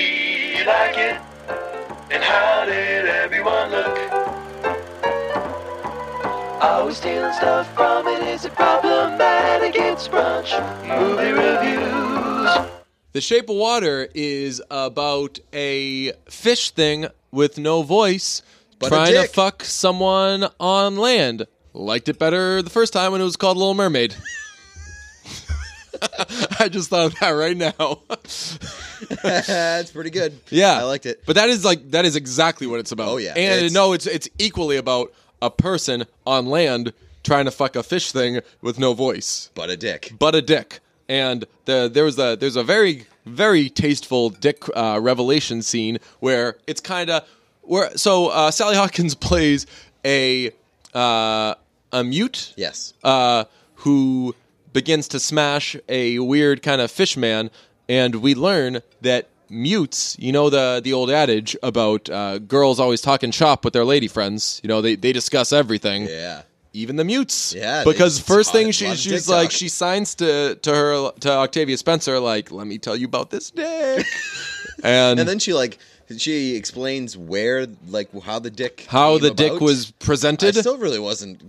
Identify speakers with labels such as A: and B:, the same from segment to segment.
A: you like it? And how did everyone look? Always stealing stuff from it. Is it problematic? It's brunch movie reviews.
B: The Shape of Water is about a fish thing with no voice
C: But a
B: trying to
C: dick.
B: fuck someone on land. Liked it better the first time when it was called Little Mermaid. I just thought of that right now.
C: That's Uh, pretty good.
B: yeah,
C: I liked it.
B: But that is like that is exactly what it's about.
C: Oh, yeah.
B: and
C: It's-
B: no, it's it's equally about a person on land trying to fuck a fish thing with no voice.
C: But a dick.
B: but a dick. And the there was a there's a very very tasteful dick uh, revelation scene where it's kind of where so uh, Sally Hawkins plays a uh, a mute
C: Yes.
B: uh, who begins to smash a weird kind of fish man, and we learn that mutes, you know the the old adage about uh, girls always talking shop with their lady friends. You know they they discuss everything
C: Yeah.
B: even the mutes.
C: Yeah, they
B: because
C: just
B: first
C: taught
B: thing
C: it
B: she
C: on
B: she's
C: TikTok.
B: like she signs to to her to Octavia Spencer like let me tell you about this dick, and,
C: And then she like she explains where like how the dick
B: how
C: came
B: the dick
C: about.
B: was
C: I
B: presented.
C: still really wasn't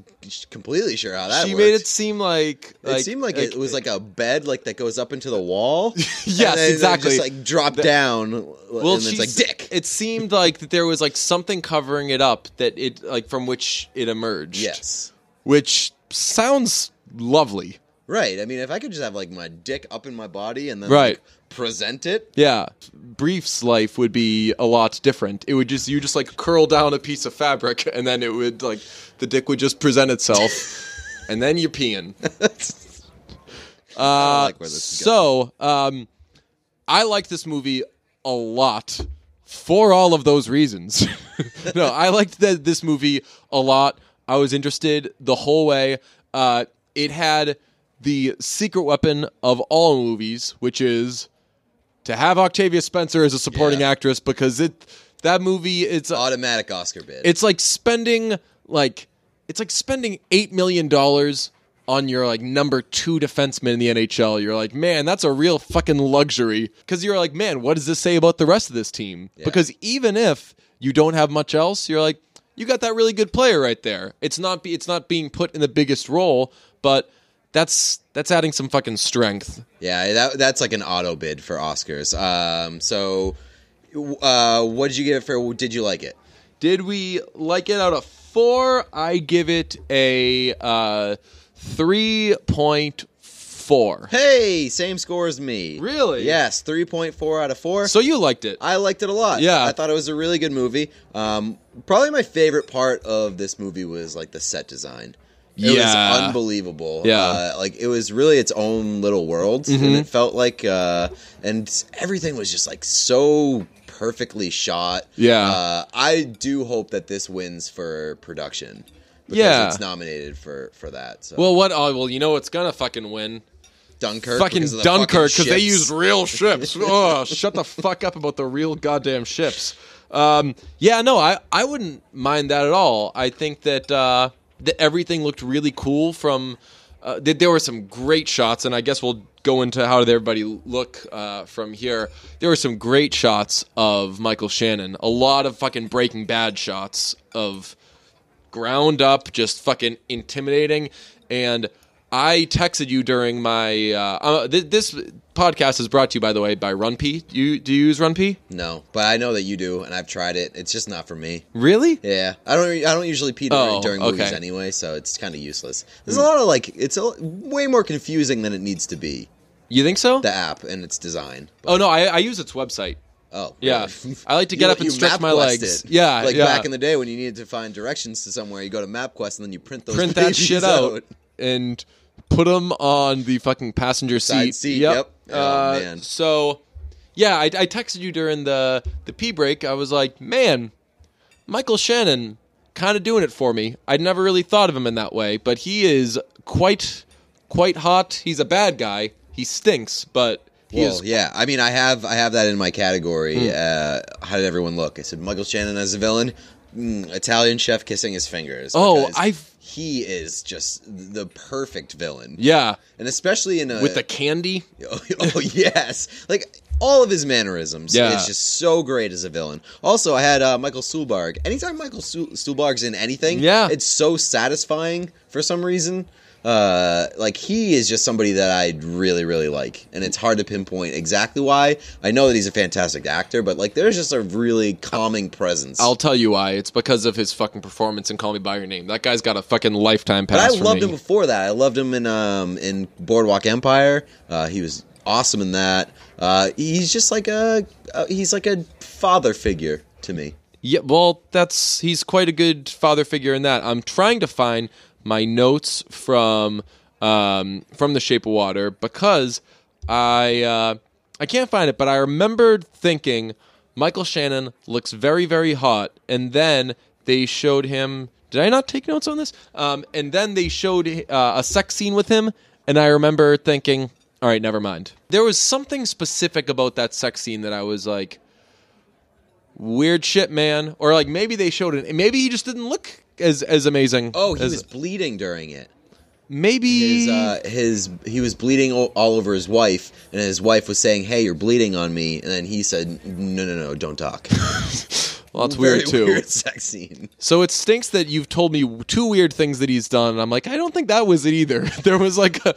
C: completely sure how that
B: she
C: worked.
B: made it seem like,
C: It seemed like, it was like a bed like that goes up into the wall. yes,
B: exactly.
C: Just like drop down. Well,
B: well,
C: and it's like
B: she's-
C: dick.
B: It seemed like that there was like something covering it up that it like from which it emerged.
C: yes.
B: which sounds lovely.
C: Right. I mean, if I could just have like my dick up in my body and then
B: Right.
C: like, present it.
B: Yeah, Brief's life would be a lot different. It would just you just like curl down a piece of fabric, and then it would like the dick would just present itself, and then you're peeing.
C: I don't
B: Uh,
C: like where this is going.
B: so um, I like this movie a lot for all of those reasons. no, I liked the, this movie a lot. I was interested the whole way. Uh, it had the secret weapon of all movies, which is to have Octavia Spencer as a supporting
C: Yeah.
B: actress because it that movie it's
C: automatic Oscar bid.
B: it's like spending like it's like spending eight million dollars on your like number two defenseman in the NHL. You're like, man, that's a real fucking luxury. Because you're like, man, what does this say about the rest of this team?
C: Yeah.
B: Because even if you don't have much else, you're like, you got that really good player right there. It's not be, it's not being put in the biggest role, but that's that's adding some fucking strength.
C: yeah, that, that's like an auto bid for Oscars. Um, so, uh, what did you give it for? Did you like it?
B: Did we like it out of four? I give it a uh, three point four.
C: Hey, same score as me.
B: Really?
C: Yes, three point four out of four.
B: So you liked it.
C: I liked it a lot.
B: Yeah.
C: I thought it was a really good movie. Um, probably my favorite part of this movie was like the set design. It
B: Yeah.
C: was unbelievable.
B: Yeah. Mm-hmm.
C: Uh, like it was really its own little world, and it felt like, uh, and everything was just like so perfectly shot.
B: Yeah.
C: Uh, I do hope that this wins for production. Because
B: Yeah.
C: it's nominated for for that. So
B: well, what? Oh, well, you know what's gonna fucking win?
C: Dunkirk,
B: fucking
C: because of the
B: Dunkirk because they
C: ships.
B: used real ships. oh, shut the fuck up about the real goddamn ships. Um, yeah, no, I I wouldn't mind that at all. I think that uh, that everything looked really cool. From uh, th- there were some great shots, and I guess we'll go into how did everybody look uh, from here. There were some great shots of Michael Shannon. A lot of fucking Breaking Bad shots of ground up, just fucking intimidating. And I texted you during my uh, uh th- this podcast is brought to you by the way by Runpee. Do you do you use Runpee?
C: No, but I know that you do, and I've tried it. It's just not for me.
B: Really?
C: Yeah, I don't. I don't usually pee during,
B: Oh,
C: during
B: okay.
C: movies anyway, so it's kind of useless. There's a lot of like, it's a, way more confusing than it needs to be.
B: You think so?
C: The app and its design.
B: oh no, I, I use its website.
C: Oh,
B: Yeah.
C: really?
B: I like to get up and stretch my
C: MapQuest
B: legs.
C: it.
B: Yeah,
C: like
B: yeah.
C: back in the day when you needed to find directions to somewhere, you go to MapQuest and then you print those
B: Print that
C: pages
B: shit out, and put them on the fucking passenger
C: Side
B: seat.
C: seat, yep. Oh,
B: Uh,
C: man.
B: So, yeah, I, I texted you during the the pee break. I was like, man, Michael Shannon kind of doing it for me. I'd never really thought of him in that way, but he is quite quite hot. He's a bad guy. He stinks, but he
C: Well,
B: is.
C: yeah. I mean, I have I have that in my category.
B: Hmm.
C: Uh, how did everyone look? I said Michael Shannon as a villain, mm, Italian chef kissing his fingers.
B: Oh,
C: because
B: I've-
C: he is just the perfect villain.
B: Yeah,
C: Uh, and especially in a
B: with the candy.
C: oh, yes, like all of his mannerisms
B: Yeah.
C: is just so great as a villain. Also, I had uh, Michael Stuhlbarg. Anytime Michael Stu- Stuhlbarg's in anything,
B: Yeah.
C: it's so satisfying for some reason. Uh, like he is just somebody that I really, really like, and it's hard to pinpoint exactly why. I know that he's a fantastic actor, but like there's just a really calming presence.
B: I'll tell you why. It's because of his fucking performance in Call Me by Your Name. That guy's got a fucking lifetime
C: But I
B: pass. for
C: loved
B: me.
C: him before that. I loved him in um in Boardwalk Empire. Uh, he was awesome in that. Uh, he's just like a uh, he's like a father figure to me.
B: Yeah, well, that's he's quite a good father figure in that. I'm trying to find my notes from um, from The Shape of Water because I uh, I can't find it, but I remembered thinking Michael Shannon looks very very hot, and then they showed him. Did I not take notes on this? Um, and then they showed uh, a sex scene with him, and I remember thinking, "All right, never mind." There was something specific about that sex scene that I was like, weird shit, man. Or like maybe they showed it. Maybe he just didn't look as as amazing.
C: Oh, he
B: as-
C: was bleeding during it.
B: maybe.
C: His uh, his he was bleeding o- all over his wife, and his wife was saying, "Hey, you're bleeding on me," and then he said, "No, no, no, don't talk."
B: well, that's weird
C: Very
B: too.
C: Weird sex scene.
B: So it stinks that you've told me two weird things that he's done, and I'm like, I don't think that was it either. There was like a.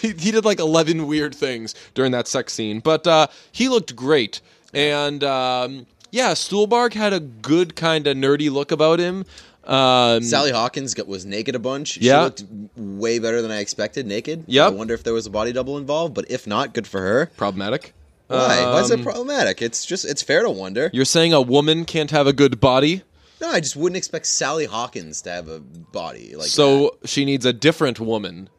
B: He, he did like 11 weird things during that sex scene, but uh, he looked great. And um, yeah, Stuhlbarg had a good kind of nerdy look about him. Um,
C: Sally Hawkins got, was naked a bunch.
B: Yeah.
C: She looked way better than I expected naked.
B: Yep.
C: I wonder if there was a body double involved, but if not, good for her.
B: problematic.
C: Why? Why is
B: Um,
C: it problematic? It's just it's fair to wonder.
B: You're saying a woman can't have a good body?
C: No, I just wouldn't expect Sally Hawkins to have a body like
B: So she needs a different woman.
C: that.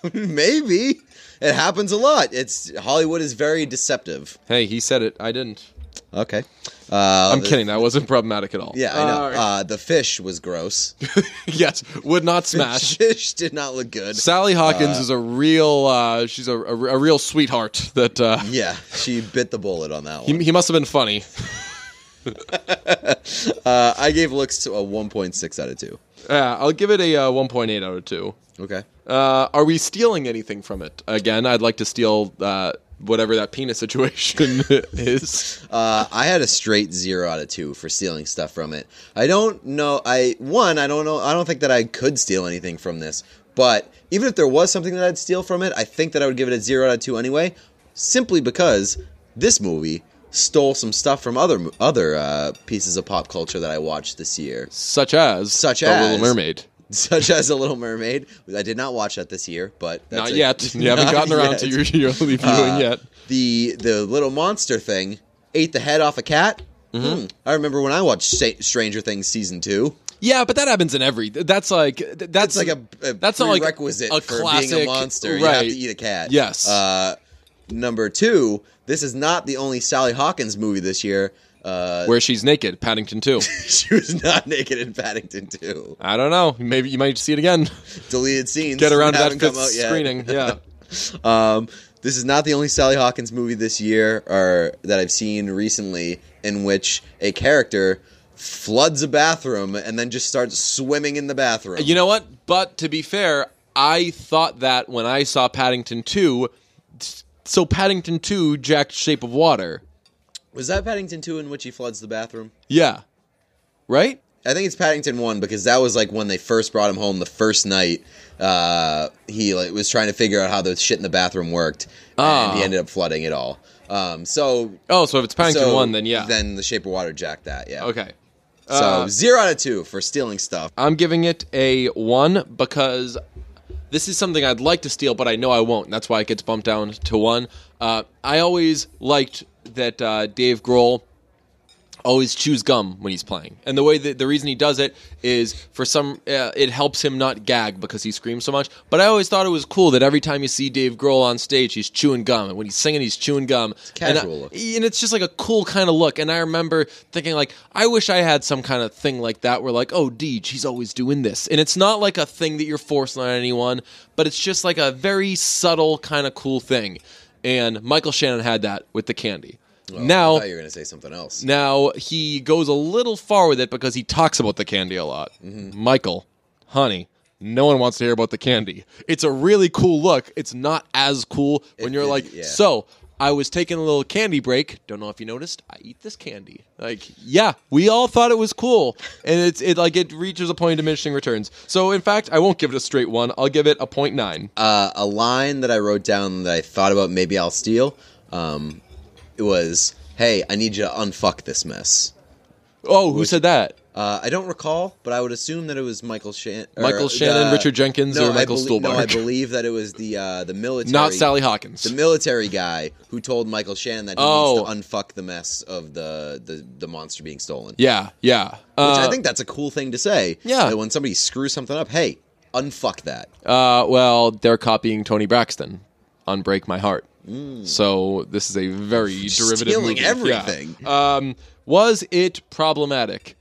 C: maybe it happens a lot. It's Hollywood is very deceptive.
B: Hey, he said it. I didn't.
C: Okay, uh,
B: I'm
C: the-
B: kidding. That wasn't problematic at all.
C: Yeah, I know.
B: All right.
C: Uh, the fish was gross.
B: yes, would not smash.
C: fish did not look good.
B: Sally Hawkins is a real. Uh, she's a, a, a real sweetheart. That uh,
C: yeah, she bit the bullet on that one.
B: he, he must have been funny.
C: Uh, I gave looks to a 1.6 out of two.
B: Yeah, I'll give it a uh, 1.8 out of two.
C: Okay.
B: Uh, are we stealing anything from it? Again, I'd like to steal uh, whatever that penis situation is.
C: Uh, I had a straight zero out of two for stealing stuff from it. I don't know. I one. I don't know. I don't think that I could steal anything from this. But even if there was something that I'd steal from it, I think that I would give it a zero out of two anyway, simply because this movie stole some stuff from other mo- other uh, pieces of pop culture that I watched this year,
B: Such as
C: Such
B: the Little
C: as-
B: Mermaid.
C: such as The Little Mermaid. I did not watch that this year, but that's
B: not
C: a-
B: yet. You haven't
C: Not
B: gotten around
C: yet.
B: to your yearly viewing
C: Uh,
B: yet.
C: The the little monster thing ate the head off a cat.
B: Mm-hmm.
C: Hmm. I remember when I watched Sa- Stranger Things season two.
B: Yeah, but that happens in every. That's like th- that's
C: It's like a, a
B: that's not like
C: prerequisite
B: a
C: for being a
B: classic-
C: monster. You have
B: right.
C: to eat a cat.
B: Yes.
C: Uh, number two, this is not the only Sally Hawkins movie this year. Uh,
B: where she's naked. Paddington too.
C: she was not naked in Paddington two.
B: I don't know. Maybe you might see it again.
C: Deleted scenes.
B: Get around to that
C: haven't come
B: fifth
C: out yet.
B: screening. Yeah.
C: Um, this is not the only Sally Hawkins movie this year or that I've seen recently in which a character floods a bathroom and then just starts swimming in the bathroom.
B: You know what? But to be fair, I thought that when I saw Paddington two. So Paddington two, Jack Shape of Water.
C: was that Paddington 2 in which he floods the bathroom?
B: Yeah. Right.
C: I think it's Paddington 1 because that was like when they first brought him home the first night. Uh, he like, was trying to figure out how the shit in the bathroom worked
B: Ah.
C: and he ended up flooding it all. Um, so
B: Oh, so if it's Paddington
C: so
B: one, then yeah.
C: Then the Shape of Water jacked that, yeah.
B: okay.
C: So
B: Uh,
C: zero out of two for stealing stuff.
B: I'm giving it a one because this is something I'd like to steal, but I know I won't. That's why it gets bumped down to one. Uh, I always liked that uh, Dave Grohl always chews gum when he's playing, and the way that the reason he does it is for some uh, it helps him not gag because he screams so much. But I always thought it was cool that every time you see Dave Grohl on stage, he's chewing gum, and when he's singing, he's chewing gum.
C: casual
B: and I-
C: look.
B: and it's just like a cool kind of look. And I remember thinking, like, I wish I had some kind of thing like that where, like, oh, Deej, he's always doing this. And it's not like a thing that you're forcing on anyone, but it's just like a very subtle kind of cool thing. And Michael Shannon had that with the candy.
C: Oh, I
B: now,
C: thought you were going to say something else.
B: now he goes a little far with it because he talks about the candy a lot.
C: Mm-hmm.
B: Michael, honey, no one wants to hear about the candy. It's a really cool look. It's not as cool when
C: It-
B: you're
C: it-
B: like,
C: yeah.
B: so I was taking a little candy break. Don't know if you noticed. I eat this candy. Like, yeah, we all thought it was cool, and it's it like it reaches a point of diminishing returns. So, in fact, I won't give it a straight one. I'll give it a point nine.
C: uh, a line that I wrote down that I thought about maybe I'll steal. Um, it was, "Hey, I need you to unfuck this mess."
B: Oh, who said that?
C: Uh, I don't recall, but I would assume that it was Michael Shannon,
B: Michael Shannon, Richard Jenkins, or Michael
C: No, I
B: Stuhlbarg.
C: believe that it was the uh, the military,
B: Not Sally Hawkins.
C: the military guy who told Michael Shannon that he
B: Oh.
C: needs to unfuck the mess of the the, the monster being stolen.
B: yeah, yeah. Uh,
C: Which I think that's a cool thing to say.
B: Yeah.
C: that when somebody screws something up, hey, unfuck that.
B: Uh, well, they're copying Tony Braxton on "Break My Heart," so this is a very derivative.
C: Mm. stealing
B: movie.
C: everything.
B: Yeah. Um, was it problematic?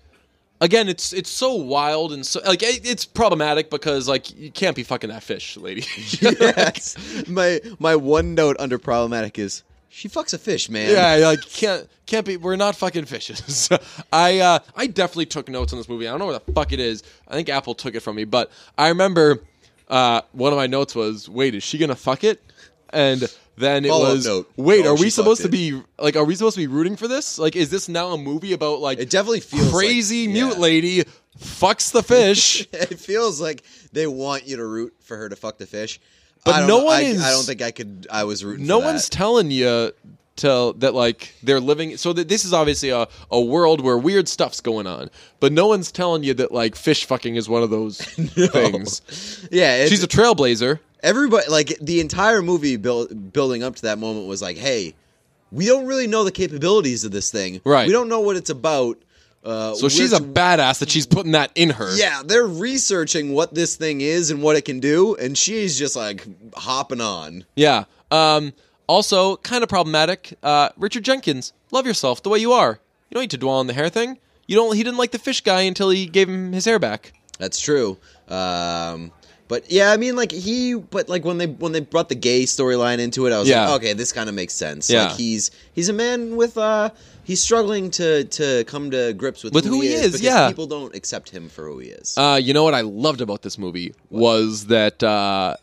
B: Again, it's it's so wild and so like it, it's problematic because like you can't be fucking that fish, lady.
C: yes. My my one note under problematic is she fucks a fish, man.
B: Yeah, like can't can't be. We're not fucking fishes. I uh, I definitely took notes on this movie. I don't know where the fuck it is. I think Apple took it from me, but I remember uh, one of my notes was, "Wait, is she gonna fuck it?" And then it
C: Follow-up
B: was,
C: note.
B: "Wait,
C: Oh,
B: are
C: she
B: we supposed to
C: fucked
B: be like, are we supposed to be rooting for this? Like, is this now a movie about like
C: It definitely feels
B: crazy
C: like,
B: mute
C: yeah.
B: lady fucks the fish?"
C: It feels like they want you to root for her to fuck the fish.
B: But
C: I don't
B: no
C: know,
B: one
C: I,
B: is-
C: I don't think I could. I was rooting.
B: no
C: for that.
B: one's telling you to that like they're living so that this is obviously a, a world where weird stuff's going on but no one's telling you that like fish fucking is one of those things
C: yeah, it's,
B: she's a trailblazer
C: everybody. Like the entire movie build, building up to that moment was like, hey, we don't really know the capabilities of this thing.
B: Right.
C: We don't know what it's about. Uh,
B: so she's a
C: which-
B: badass that she's putting that in her
C: Yeah, they're researching what this thing is and what it can do, and she's just like hopping on.
B: yeah um also kind of problematic uh richard jenkins love yourself the way you are you don't need to dwell on the hair thing you don't he didn't like the fish guy until he gave him his hair back
C: That's true. Um, but yeah, I mean, like he, but like when they when they brought the gay storyline into it, I was
B: Yeah.
C: like, okay, this kind of makes sense.
B: Yeah.
C: Like he's he's a man with uh he's struggling to to come to grips with,
B: With who he is,
C: because
B: yeah.
C: people don't accept him for who he is.
B: Uh, you know what I loved about this movie was that uh,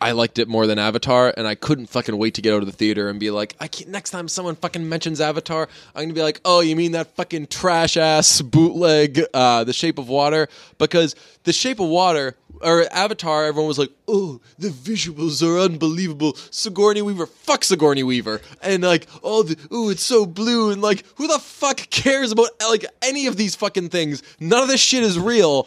B: I liked it more than Avatar, and I couldn't fucking wait to get out of the theater and be like, I can't, next time someone fucking mentions Avatar, I'm gonna be like, oh, you mean that fucking trash ass bootleg, uh, The Shape of Water? Because The Shape of Water or Avatar, everyone was like, oh, the visuals are unbelievable. Sigourney Weaver, fuck Sigourney Weaver, and like, oh, the, ooh, it's so blue, and like, who the fuck cares about like any of these fucking things? None of this shit is real.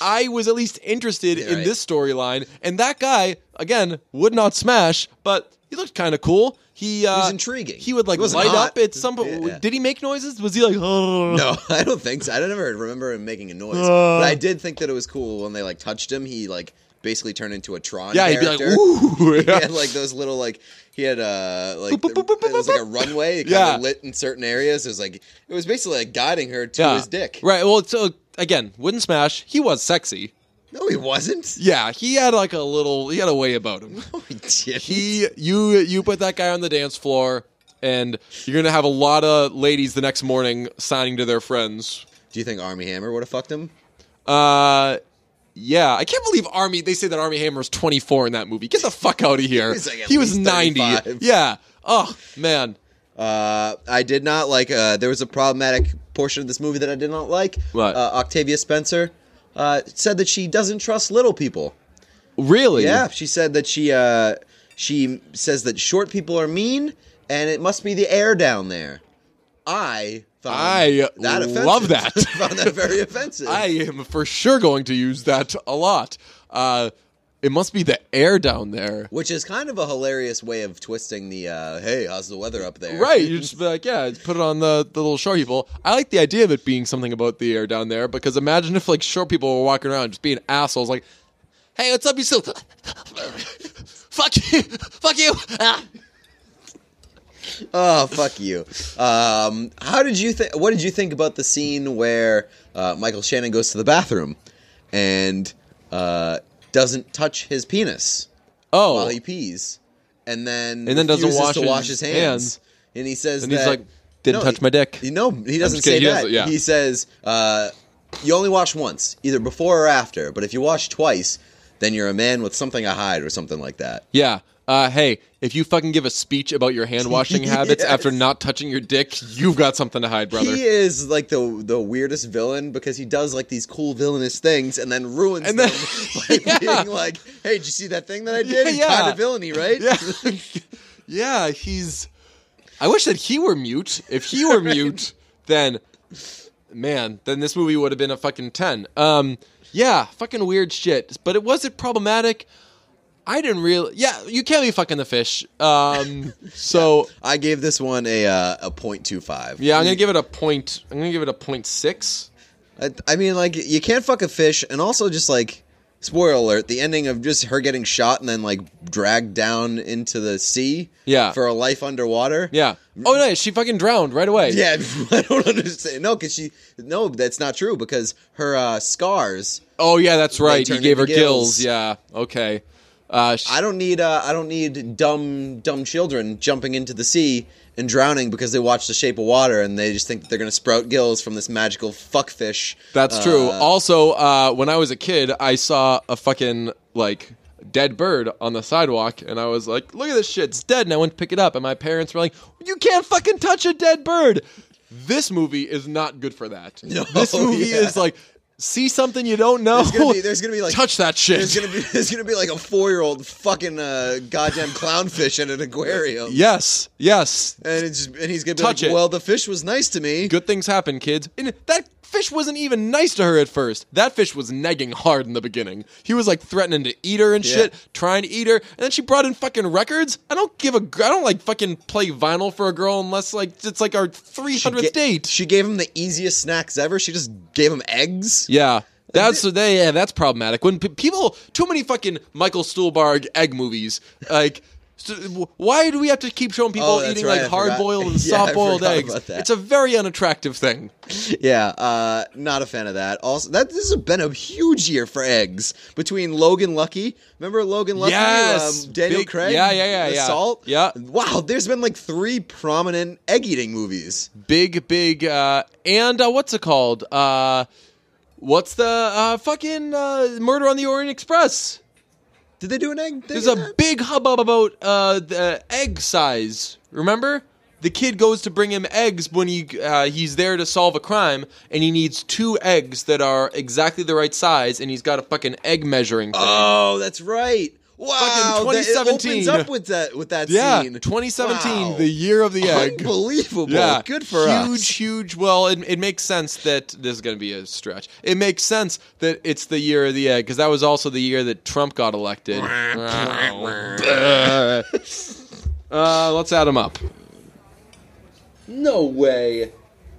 B: I was at least interested in
C: right.
B: this storyline. And that guy, again, would not smash, but he looked kind of cool. He, uh,
C: was intriguing.
B: He would like
C: He wasn't
B: light
C: hot.
B: up at some point.
C: Yeah.
B: Did he make noises? Was he like, oh,
C: no, I don't think so. I don't ever remember him making a noise,
B: Uh.
C: but I did think that it was cool when they like touched him. He like basically turned into a Tron.
B: Yeah, he'd be
C: character.
B: like, ooh.
C: he
B: Yeah.
C: had like those little like he had uh like
B: Boop, boop, boop, boop,
C: it was like a
B: boop.
C: runway it
B: Yeah.
C: kind of lit in certain areas. It was like it was basically like guiding her to
B: Yeah.
C: his dick.
B: Right. Well, so again, wouldn't smash. He was sexy.
C: No, he wasn't.
B: Yeah, he had like a little, he had a way about him.
C: No, he didn't.
B: he you you put that guy on the dance floor and you're gonna have a lot of ladies the next morning signing to their friends
C: Do you think Army Hammer would have fucked him?
B: uh yeah i can't believe army they say that army hammer's 24 in that movie get the fuck out of here
C: He was like at
B: he was
C: least
B: 90
C: 35.
B: yeah oh man
C: Uh, I did not like. Uh, there was a problematic portion of this movie that I did not like.
B: What?
C: Uh, Octavia Spencer uh, said that she doesn't trust little people.
B: really
C: Yeah, she said that she uh, she says that short people are mean, and it must be the air down there. I found
B: I
C: that offensive.
B: love that.
C: found that very offensive.
B: i am for sure going to use that a lot uh it must be the air down there
C: which is kind of a hilarious way of twisting the uh, "Hey, how's the weather up there?"
B: Right, you just be like, yeah, just put it on the, the little short people. I like the idea of it being something about the air down there because imagine if like short people were walking around just being assholes, like, hey, what's up, you still? fuck you, fuck you. Ah.
C: Oh, fuck you. Um, how did you think? What did you think about the scene where uh, Michael Shannon goes to the bathroom and uh, doesn't touch his penis
B: Oh,
C: while he pees, and then
B: And then doesn't
C: refuses
B: wash
C: to
B: his
C: wash his hands,
B: hands.
C: and he says,
B: And he's
C: that-
B: like, "Didn't touch my dick."
C: He, no, he doesn't
B: just
C: say
B: kidding, he
C: that.
B: doesn't- yeah.
C: He says, uh, "You only wash once, either before or after. But if you wash twice, then you're a man with something to hide, or something like that."
B: yeah. uh, hey, if you fucking give a speech about your hand washing habits after
C: Yes.
B: not touching your dick, you've got something to hide, brother.
C: He is like the the weirdest villain because he does like these cool villainous things and then ruins
B: And then-
C: them by
B: Yeah.
C: being like, "Hey, did you see that thing that I did?
B: Yeah,
C: It's
B: yeah.
C: Kind of villainy, right?"
B: Yeah, yeah, he's. I wish that he were mute. If he were mute, then man, then this movie would have been a fucking ten. Um, yeah, fucking weird shit. But it was it problematic. I didn't really. Yeah, you can't be fucking the fish. Um, so
C: I gave this one a uh, a point two five.
B: yeah, I'm gonna give it a point. I'm gonna give it a point six.
C: I, I mean, like you can't fuck a fish, and also just like spoiler alert, the ending of just her getting shot and then like dragged down into the sea.
B: Yeah.
C: For a life underwater.
B: Yeah. Oh no, she fucking drowned right away.
C: Yeah, I don't understand. No, because she no, that's not true. Because her uh, scars.
B: Oh yeah, that's right. You
C: turned
B: gave her
C: into
B: gills.
C: gills.
B: Yeah. Okay. Uh, she,
C: I don't need. Uh, I don't need dumb dumb children jumping into the sea and drowning because they watch The Shape of Water and they just think that they're gonna sprout gills from this magical fuckfish.
B: That's
C: Uh,
B: true. Also, uh, when I was a kid, I saw a fucking like dead bird on the sidewalk, and I was like, "Look at this shit, it's dead." And I went to pick it up, and my parents were like, "You can't fucking touch a dead bird." This movie is not good for that.
C: No,
B: this movie
C: yeah.
B: is like see something you don't know.
C: There's gonna be- there's gonna be, like-
B: Oh, touch that shit.
C: There's gonna be there's gonna be like a four year old fucking uh, goddamn clownfish in an aquarium.
B: yes, yes.
C: And it's and he's gonna be
B: Touch
C: like,
B: it.
C: well, the fish was nice to me.
B: Good things happen, kids. And that fish wasn't even nice to her at first. That fish was negging hard in the beginning. He was like threatening to eat her and
C: Yeah.
B: shit, trying to eat her. And then she brought in fucking records. I don't give a. gr- I don't like fucking play vinyl for a girl unless like it's like our three
C: Ga-
B: hundredth date.
C: She gave him the easiest snacks ever. She just gave him eggs.
B: yeah. That's they, yeah, that's problematic. When p- people too many fucking Michael Stuhlbarg egg movies, like so, w- why do we have to keep showing people
C: Oh, that's
B: eating
C: right, I
B: like
C: forgot.
B: hard boiled and
C: Yeah, I
B: soft boiled
C: forgot
B: eggs?
C: about that.
B: It's a very unattractive thing.
C: Yeah, uh, not a fan of that. Also, that this has been a huge year for eggs between Logan Lucky. Remember Logan Lucky?
B: Yes!
C: um, Daniel
B: Big-
C: Craig.
B: yeah, yeah, yeah, yeah.
C: Assault.
B: Yeah.
C: Wow, there's been like three prominent egg eating movies.
B: big big uh and uh, what's it called uh what's the uh fucking uh murder on the orient express
C: Did they do an egg? Thing
B: there's
C: in
B: a
C: that?
B: big hubbub about uh the egg size remember the kid goes to bring him eggs when he uh, he's there to solve a crime and he needs two eggs that are exactly the right size and he's got a fucking egg measuring thing
C: Oh, that's right. Wow, that- it
B: 2017.
C: opens up with that with that
B: yeah
C: scene.
B: 2017
C: Wow.
B: the year of the egg
C: Unbelievable. Good for
B: huge,
C: us.
B: Huge, huge. Well, it, it makes sense that this is going to be a stretch. It makes sense that it's the year of the egg because that was also the year that Trump got elected. Oh, uh, let's add them up. No way. It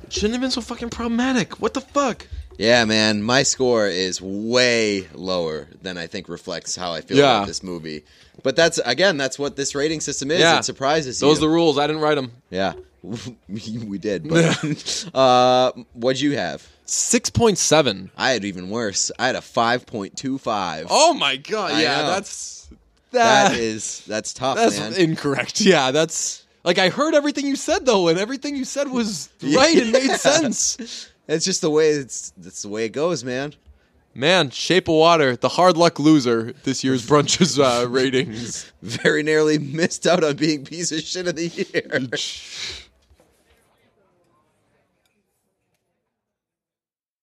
B: shouldn't have been so fucking problematic. What the fuck?
C: Yeah, man, my score is way lower than I think reflects how I feel
B: Yeah.
C: about this movie. But that's again, that's what this rating system is.
B: Yeah.
C: It surprises
B: Those are the
C: you.
B: rules. I didn't write them.
C: yeah, we did. But uh, what'd you have?
B: Six point seven.
C: I had even worse. I had a five point two five.
B: Oh my god.
C: I
B: Yeah,
C: know.
B: that's
C: that is that's tough,
B: That's
C: man.
B: incorrect. Yeah, that's like I heard everything you said though, and everything you said was
C: Yeah.
B: right and made sense.
C: it's just the way it's that's the way it goes, man.
B: Man, Shape of Water, the hard luck loser this year's brunches uh, ratings.
C: Very nearly missed out on being piece of shit of the year.